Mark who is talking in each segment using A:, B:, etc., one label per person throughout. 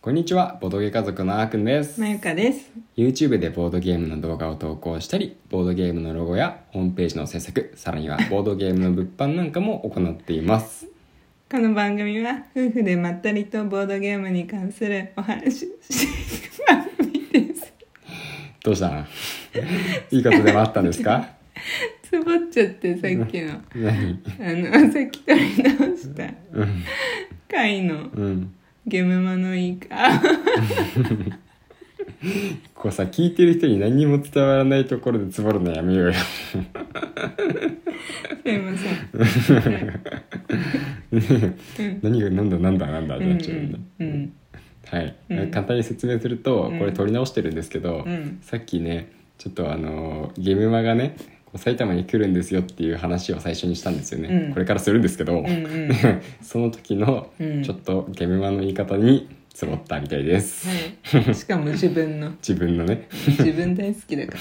A: こんにちはボードゲー家族のあーくんです
B: まゆかです。
A: YouTube でボードゲームの動画を投稿したりボードゲームのロゴやホームページの制作さらにはボードゲームの物販なんかも行っています
B: この番組は夫婦でまったりとボードゲームに関するお話ししていく番組です。
A: どうした のいいことでもあったんですか
B: つぼっちゃってさっきの、あ
A: 何
B: の、さっき取り直した
A: うん
B: 回の
A: うん
B: ゲムマのいいか。
A: こうさ聞いてる人に何にも伝わらないところでつぼるのやめ ようよ
B: すいません。うん
A: 何がなんだなんだなんだっ
B: う
A: て
B: ん
A: なっちゃうよね、
B: うん
A: はい、
B: うん
A: 簡単に説明すると
B: うん
A: これ取り直してるんですけど、
B: うん
A: さっきねちょっとあのーゲームマがねこう埼玉に来るんですよっていう話を最初にしたんですよね、
B: うん
A: これからするんですけど、
B: うんうんうん
A: その時の
B: うん
A: ちょっとゲームマの言い方につぼったみたいです、
B: はいしかも自分の
A: 自分の ね、
B: 自分大好きだから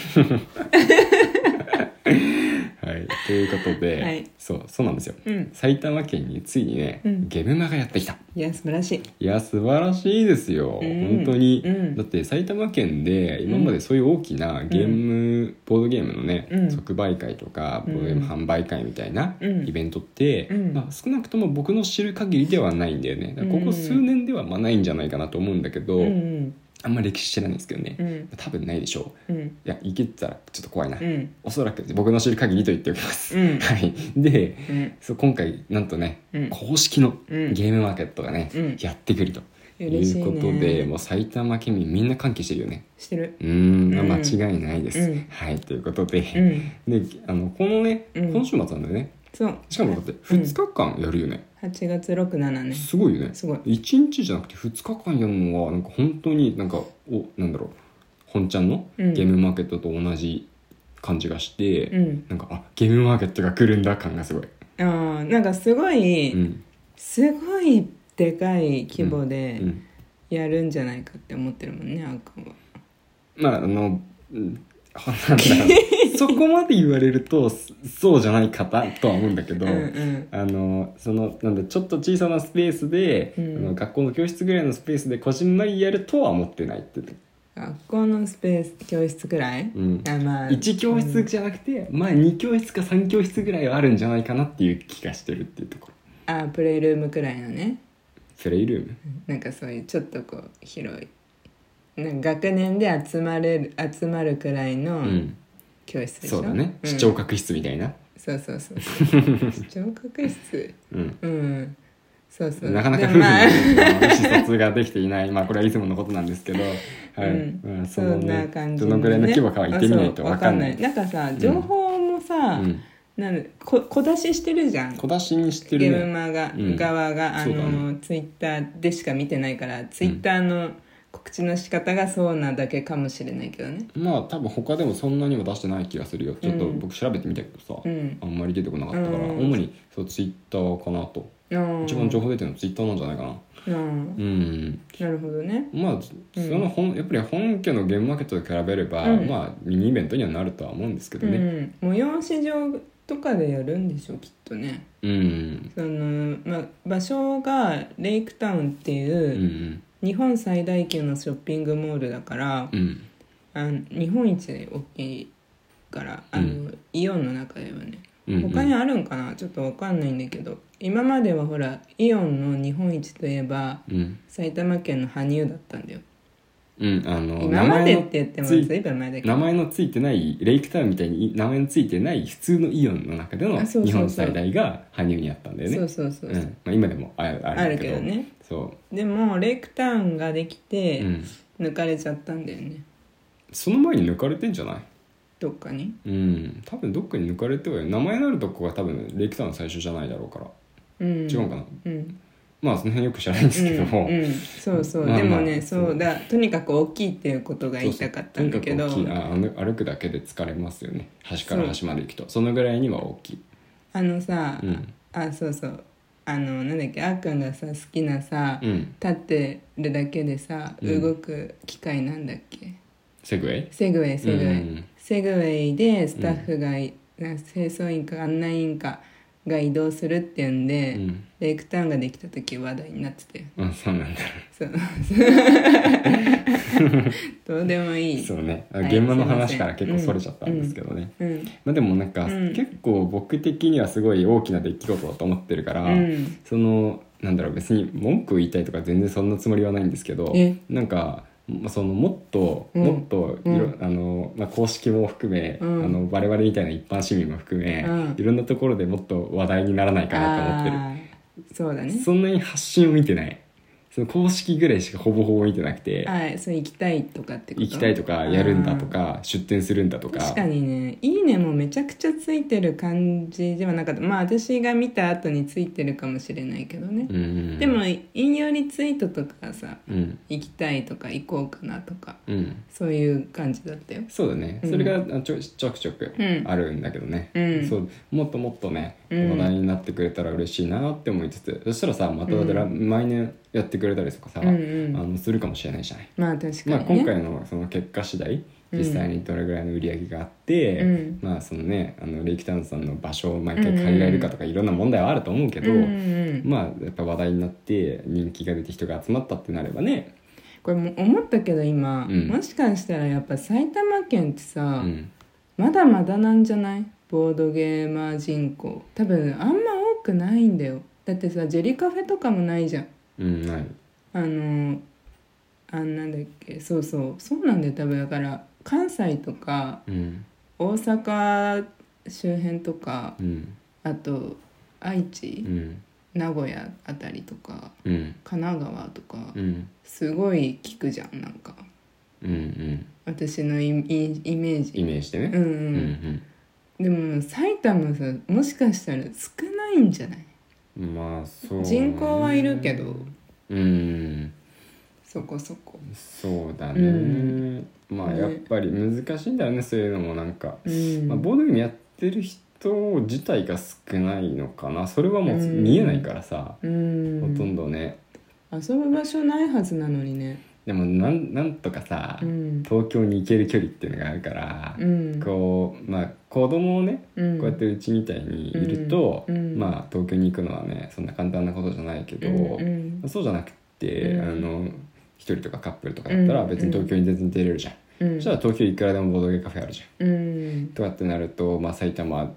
A: はい、ということで、
B: はい
A: そうそうなんですよ、
B: うん
A: 埼玉県についにね、
B: うん
A: ゲームマがやってきた
B: いや素晴らしい
A: いや素晴らしいですよ、
B: うん
A: 本当に、
B: うん
A: だって埼玉県で今までそういう大きなゲーム、ボードゲームのね、
B: うん
A: 即売会とか
B: う
A: ボー
B: ん
A: ドゲーム販売会みたいな
B: うん
A: イベントって、
B: うん
A: まあ、少なくとも僕の知る限りではないんだよねだからこ
B: う
A: こ
B: ん
A: 数年ではまあないんじゃないかなと思うんだけど、
B: うん
A: あんま歴史知らないですけどね、
B: うん
A: 多分ないでしょう
B: うん
A: いやいけたらちょっと怖いな、
B: うん
A: おそらく僕の知る限りと言っておきます、
B: う ん
A: はいで
B: うん
A: そう今回なんとね、
B: うん
A: 公式の
B: うん
A: ゲームマーケットがね、
B: うん
A: やってくると
B: 嬉しいね
A: いうことでもう埼玉県民みんな歓喜してるよね
B: してる
A: うーん
B: うん
A: 間違いないです、
B: うん
A: はいということで,、
B: うん
A: であのこのね、
B: うん
A: 今週末なんだよね
B: そう
A: しかもだって2日間やるよね、
B: 8月67ね
A: すごいよね
B: すごい
A: 1日じゃなくて2日間やるのはなんか本当になんかおなんだろう本ちゃんのゲ
B: うん
A: ームマーケットと同じ感じがして、
B: うん
A: なんかあゲームマーケットが来るんだ感がすごい、
B: あーなんかすごい、
A: うん
B: すごいでかい規模
A: う
B: で
A: ん、
B: やるんじゃないかって思ってるもんねあーくんは
A: まああの、うん なんだろうそこまで言われるとそそうじゃない方とは思うんだけ
B: う
A: ど、
B: んうん
A: あのそのなんだちょっと小さなスペースで、
B: うん
A: あの学校の教室ぐらいのスペースでこじんまりやるとは思ってないって、
B: 学校のスペース教室くらい、
A: うん、
B: あまあ
A: 1教室じゃなくて、まあ2教室か3教室ぐらいはあるんじゃないかなっていう気がしてるっていうところ
B: あープレイルームくらいのね
A: プレイルーム
B: なんかそういうちょっとこう広いなんか学年で集まれる集まるくらいの
A: うん、
B: 教室でしょ、
A: そうだね、
B: ん
A: 視聴覚室みたいな、
B: そうそ うそうそう視聴覚室
A: うん、
B: うんそうそう
A: なかなか夫
B: で
A: 婦
B: まあ
A: の意思疎通ができていない、まあこれはいつものことなんですけど、 はい、
B: うん
A: うんそ
B: そ
A: の
B: んな
A: ね、
B: 感じ
A: どのぐらいの規模かは言ってみないとわかんない。
B: ねあそうわかんないなんかさ情報もさ、
A: うん、
B: なんだこ小出ししてるじゃん
A: 小出しにして
B: ゲ
A: る
B: ーム
A: ね。
B: マが、
A: うん
B: 側があ
A: そうだ
B: の、
A: ね
B: ツイッターでしか見てないからツイッターの告知の仕方がそうなだけかもしれないけどね
A: まあ多分他でもそんなには出してない気がするよ。ちょっと
B: うん
A: 僕調べてみたけどさ、
B: うん
A: あんまり出てこなかったから、
B: うん
A: 主にそうツイッターかなと。
B: うん
A: 一番情報出てるのツイッターなんじゃないかな。
B: うん
A: うん。
B: なるほどね
A: まあ、その本、やっぱり本家のゲームマーケットと比べれば、
B: うん
A: まあミニイベントにはなるとは思うんですけどね。
B: うん、催し状とかでやるんでしょきっとね
A: うん。
B: その、まあ、場所がレイクタウンっていうう、
A: ん。
B: 日本最大級のショッピングモールだから、
A: うん。
B: あの日本一大きいからあの、
A: う
B: イオンの中ではね
A: うん。
B: 他にあるんかなちょっとわかんないんだけど今まではほらイオンの日本一といえば
A: うん。
B: 埼玉県の羽生だったんだよ
A: うん、あの名
B: 今ま
A: 前
B: でっ
A: の
B: て言っても
A: つ
B: ず
A: い
B: いぶん前だけ
A: 名
B: ど
A: 前のついてないレイクタウンみたいに名前のついてない普通のイオンの中での
B: あそうそうそう
A: 日本最大が羽生にあったんだよね
B: そうそうそう
A: う
B: そ
A: ん
B: う
A: まあ、今でもあるあ
B: あ
A: る
B: る
A: け
B: け
A: ど
B: どね
A: そ
B: でもレイクタウンができ
A: う、う
B: て
A: ん、
B: 抜かれちゃったんだよね
A: その前に抜かれてんじゃない
B: どっかに
A: うん多分どっかに抜かれてはいる名前のあるとこが多分レイクタウン最初じゃないだろうから、
B: うん
A: 違うかな
B: うん
A: まあその辺よく知らないんですけども、
B: うんうんそうそう
A: まあ
B: でも
A: まあ
B: ね
A: そう
B: そうだとにかく大きいっていうことが
A: そう
B: 言い
A: そう
B: たかったんだけど
A: とにかく大きいああの歩くだけで疲れますよね端から端まで行くとそのぐらいには大きい、
B: あのさ、
A: うん
B: あそうそうあのなんだっけあっくんがさ好きなさ、
A: うん、
B: 立ってるだけでさ
A: うん
B: 動く機械なんだっけ、
A: セグウェイ
B: セグウェイセグウェイ、
A: うん
B: セグウェイでスタッフがい、な清掃員か案内員かが移動するっていうんで、
A: うん
B: レイクタウンができた時話題になってて
A: うんそうなんだ
B: そうどうでもいい
A: そうね
B: はい
A: 現場の話
B: すいません
A: から結構それちゃったんですけどね
B: うん
A: まあでもなんか
B: うん
A: 結構僕的にはすごい大きな出来事だと思ってるから
B: うん
A: そのなんだろう別に文句を言いたいとか全然そんなつもりはないんですけど
B: え
A: なんかまあそのもっと、
B: うん
A: もっといろ、
B: うん
A: あのまあ、公式も含め、
B: うん
A: あの我々みたいな一般市民も含め、
B: うん
A: いろんなところでもっと話題にならないかなと思って
B: あーそうだ
A: る、
B: ね
A: そんなに発信を見てないその公式ぐらいしかほぼほぼ見てなくて
B: はいそう行きたいとかってこと
A: 行きたいとかやるんだとか出店するんだとか
B: 確かにね「いいね」もめちゃくちゃついてる感じではなかったまあ私が見た後についてるかもしれないけどね、
A: うんうん
B: でも引用リツイートとかさ
A: うん
B: 「行きたい」とか「行こうかな」とか
A: うん
B: そういう感じだったよ
A: そうだね、
B: うん
A: それがあちょちょくちょくあるんだけどね、
B: うん
A: そうもっともっとね
B: うん
A: 話題になってくれたら嬉しいなって思いつつ、そしたらさまただってら、
B: う
A: 毎年やってくれたりとかさ、
B: うん
A: あ
B: うん
A: のするかもしれないじゃない、
B: まあ確かに、ね
A: まあ、今回のその結果次第
B: うん
A: 実際にどれぐらいの売り上げがあって、
B: うん
A: まあそのねあのレイキタウンさんの場所を毎回借りられるかとかいろんな問題はあると思うけど、
B: うんうんう ん
A: まあやっぱ話題になって人気が出て人が集まったってなればね、
B: これもう思ったけど今、
A: うん
B: もしかしたらやっぱ埼玉県っ
A: う
B: てさ、
A: ん、
B: まだまだなんじゃないボードゲーマー人口多分あんま多くないんだよだってさジェリカフェとかもないじゃん
A: うんない
B: あのあんなんだっけそうそうそうなんだよ多分だから関西とか
A: うん
B: 大阪周辺とか
A: うん
B: あと愛
A: う
B: 知、
A: ん
B: 名古屋あたりとか
A: うん
B: 神奈川とか、
A: うん
B: すごい聞くじゃんなんか
A: うんうん
B: 私のイイイメージ
A: イメージでね、
B: うんう
A: うん
B: ん、でも埼玉さもしかしたら少ないんじゃない
A: うんまあそう
B: 人口はいるけど
A: うん
B: そこそこ
A: そうだね、
B: うん
A: まあ
B: ね
A: やっぱり難しいんだよねそういうのもなんか、
B: うん、
A: まあ、ボードゲームやってる人自体が少ないのかなそれはもう
B: うん
A: 見えないからさ、
B: うん
A: ほとんどね
B: 遊ぶ場所ないはずなのにね
A: でもなんなんとかさ、
B: うん
A: 東京に行ける距離っていうのがあるから、
B: うん
A: こうまあ子供をね
B: うん
A: こうやってうちみたいにいると、
B: うんうん
A: まあ東京に行くのはねそんな簡単なことじゃないけど、
B: うんうん
A: そうじゃなくて、
B: うん
A: あの一人とかカップルとかだったら
B: うん
A: 別に東京に全然出れるじゃん、
B: うん
A: そしたら東京いくらでもボードゲーカフェあるじゃん
B: うん
A: とかってなると、まあ、埼玉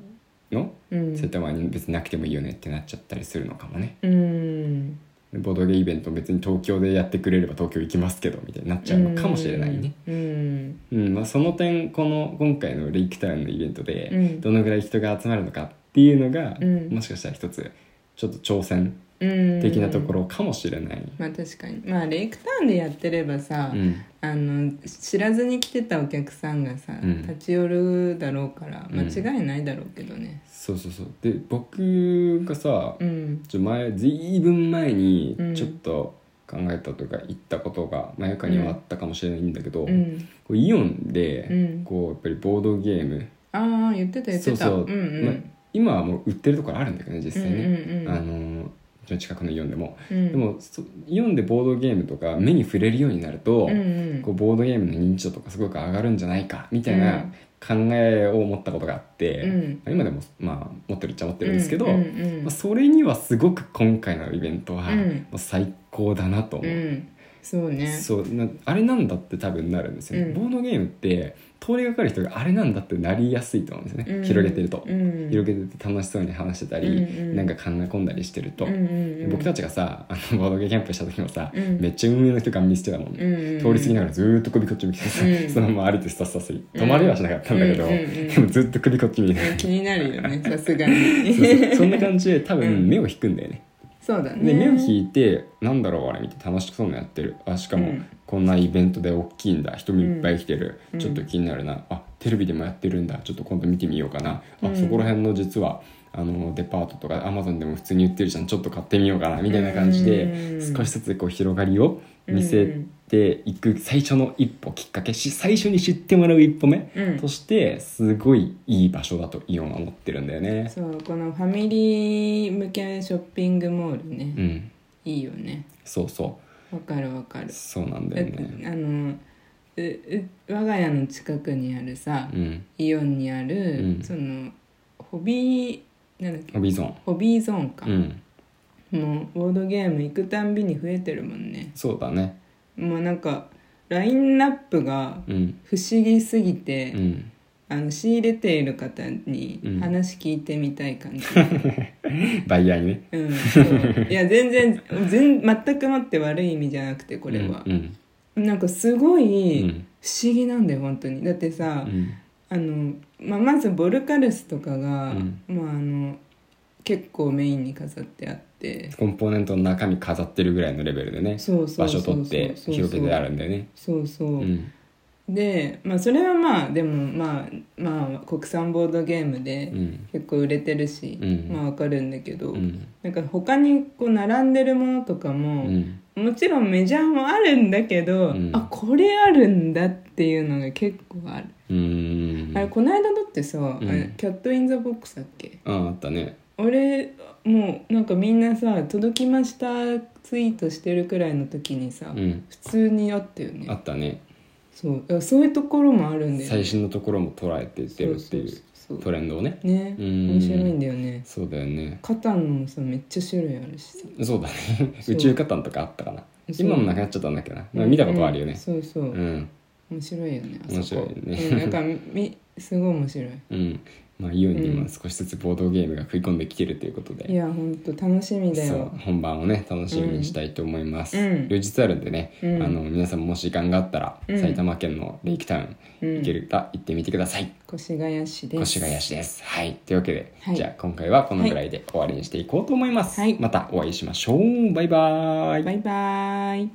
A: の
B: うん
A: 埼玉に別になくてもいいよねってなっちゃったりするのかもね
B: うん
A: ボードゲーイベント別に東京でやってくれれば東京行きますけどみたいになっちゃうのかもしれないね、
B: うん
A: うんまあ、その点この今回のレイクタウンのイベント
B: う
A: で
B: ん
A: どのぐらい人が集まるのかっていうのが、
B: うん
A: もしかしたら一つちょっと挑戦
B: うん
A: 的なところかもしれない、
B: まあ確かにまあレイクタウンでやってればさ、
A: うん
B: あの知らずに来てたお客さんがさ、
A: うん
B: 立ち寄るだろうから
A: うん
B: 間違いないだろうけどね
A: そうそうそうで僕がさ、
B: うん
A: ちょ前ずいぶん前に
B: うん
A: ちょっと考えたというか言ったことがまやかにはあったかもしれないんだけど、
B: うん
A: こうイオンで、
B: うん
A: こうやっぱりボードゲーム
B: ああ言ってた言って
A: そう
B: た
A: そう、
B: うんうん、
A: まあ今はもう売ってるところあるんだけどね実際ね、
B: うんうんうん
A: あのうちの近くのイオンでも、
B: うん
A: でもそイオンでボードゲームとか目に触れるようになると、
B: うんうん
A: こうボードゲームの認知度とかすごく上がるんじゃないかみたいな考えを持ったことがあって、
B: うん
A: 今でも、まあ、持ってるっちゃ持ってるんですけど、
B: うんうん
A: まあ、それにはすごく今回のイベントは、
B: うん
A: もう最高だなと
B: う
A: 思う,、
B: んそうね
A: そうなあれなんだって多分なるんですよね、
B: うん
A: ボードゲームって通りがかる人があれなんだってなりやすいと思うんですよね、
B: うん
A: 広げてると、
B: うん
A: 広げてて楽しそうに話してたり、
B: うんうん
A: なんか考え込んだりしてると、
B: うんうんうん
A: 僕たちがさあのボードゲームキャンプした時もさ、
B: うん
A: めっちゃ運営の人が見してたもんね、
B: うんうんうん
A: 通り過ぎながらずーっと首こっち向いてさ、
B: うん
A: そのまま歩いてスタスタする止まりはしなかったんだけど、
B: うんうんうん
A: でもずっと首こっち見て
B: 気になる よねさすが
A: そう
B: に
A: そうそんな感じで多
B: う
A: 分
B: ん
A: 目を引くんだよね、
B: そうだね
A: で目を引いてなんだろうあれ見て楽しそうなやってるあしか
B: う
A: も
B: ん
A: こんなイベントで大きいんだ人もいっぱい来てる、
B: うん
A: ちょっと気になるなあテレビでもやってるんだちょっと今度見てみようかな、
B: うん
A: あそこら辺の実はあのデパートとかアマゾンでも普通に売ってるじゃんちょっと買ってみようかなみたいな感じで
B: うん
A: 少しずつこう広がりを見せていく最初の一歩きっかけし最初に知ってもらう一歩目
B: うん
A: としてすごいいい場所だとイオンは思ってるんだよね。
B: そうこのファミリー向けショッピングモールね、
A: うん、
B: いいよね
A: そうそ
B: わかるわかる
A: うそうなんだ
B: だっ
A: よ
B: て
A: ね。
B: あのうう我が家の近くにあるさ、
A: うん
B: イオンにある、
A: うん
B: そのホビーなんだっけ
A: ホビーゾーン
B: ホビーゾーンか、
A: うん
B: もうボードゲーム行くたんびに増えてるもんね
A: そうだね
B: もうなんかラインナップが
A: うん
B: 不思議すぎ
A: う
B: て、
A: ん
B: あの仕入れている方に話聞いてみた い感じ、
A: バイヤーにね
B: うんそういや全然全全くもって悪い意味じゃなくてこれは
A: う、ん
B: なんかすご
A: う
B: い
A: ん
B: 不思議なんだよ本当にだってさ、
A: うん
B: あのまあ、まずボルカルスとかが、
A: うん
B: まあ、あの結構メインに飾ってあって
A: コンポーネントの中身飾ってるぐらいのレベルでね
B: そうそ
A: 場
B: うそ
A: 所
B: うそ
A: 取
B: う
A: って
B: そうそう
A: 広げてあるんだよね
B: そうそう、
A: うん
B: で、まあ、それはまあでもまあまあ国産ボードゲー
A: う
B: ムで
A: ん
B: 結構売れてるし、
A: うん
B: まあわかるんだけど、
A: うん
B: なんか他にこう並んでるものとか
A: う
B: も、
A: ん
B: もちろんメジャーもあるんだけど、
A: うん
B: あこれあるんだっていうのが結構ある、
A: うん
B: あれこの間だってさ、あ
A: ん
B: れキャット・イン・ザ・ボックスだっけ
A: ああったね
B: 俺もうなんかみんなさ「届きました」ツイートしてるくらいの時にさ、
A: うん
B: 普通にあったよ
A: あ
B: ね
A: ったね
B: そういやそういうところもあるんだよね
A: 最新のところも捉えてってるっていう
B: そうそうそ
A: トレンドをね
B: うね
A: うん
B: 面白いんだよね
A: そうだよね
B: カタンもさめっちゃ種類あるしさ
A: そうだね
B: そう
A: 宇宙カタンとかあったかな
B: そう
A: 今もなくなっちゃったんだけどな見たことはあるよ
B: うん
A: ね
B: そうそう、
A: うん
B: 面白いよねあそこ
A: 面白いね
B: うん、なんかみすごい 面白い
A: うんまあイオンに
B: う
A: も
B: ん
A: 少しずつボードゲームが食い込んできてるということで
B: いやほんと楽しみだ
A: そう
B: よ
A: 本番をね楽しみにしたいと思います、
B: うん
A: 両日あるんでね、
B: うん
A: あの皆さんもし時間があったら、
B: うん
A: 埼玉県のレイクタウン
B: うん
A: 行けるか行ってみてください、
B: 越谷市です
A: 越谷市ですはいというわけで、
B: はい
A: じゃあ今回はこのぐらいで終わりにしていこうと思います、
B: はい
A: またお会いしましょうバイバイ
B: バイバーイ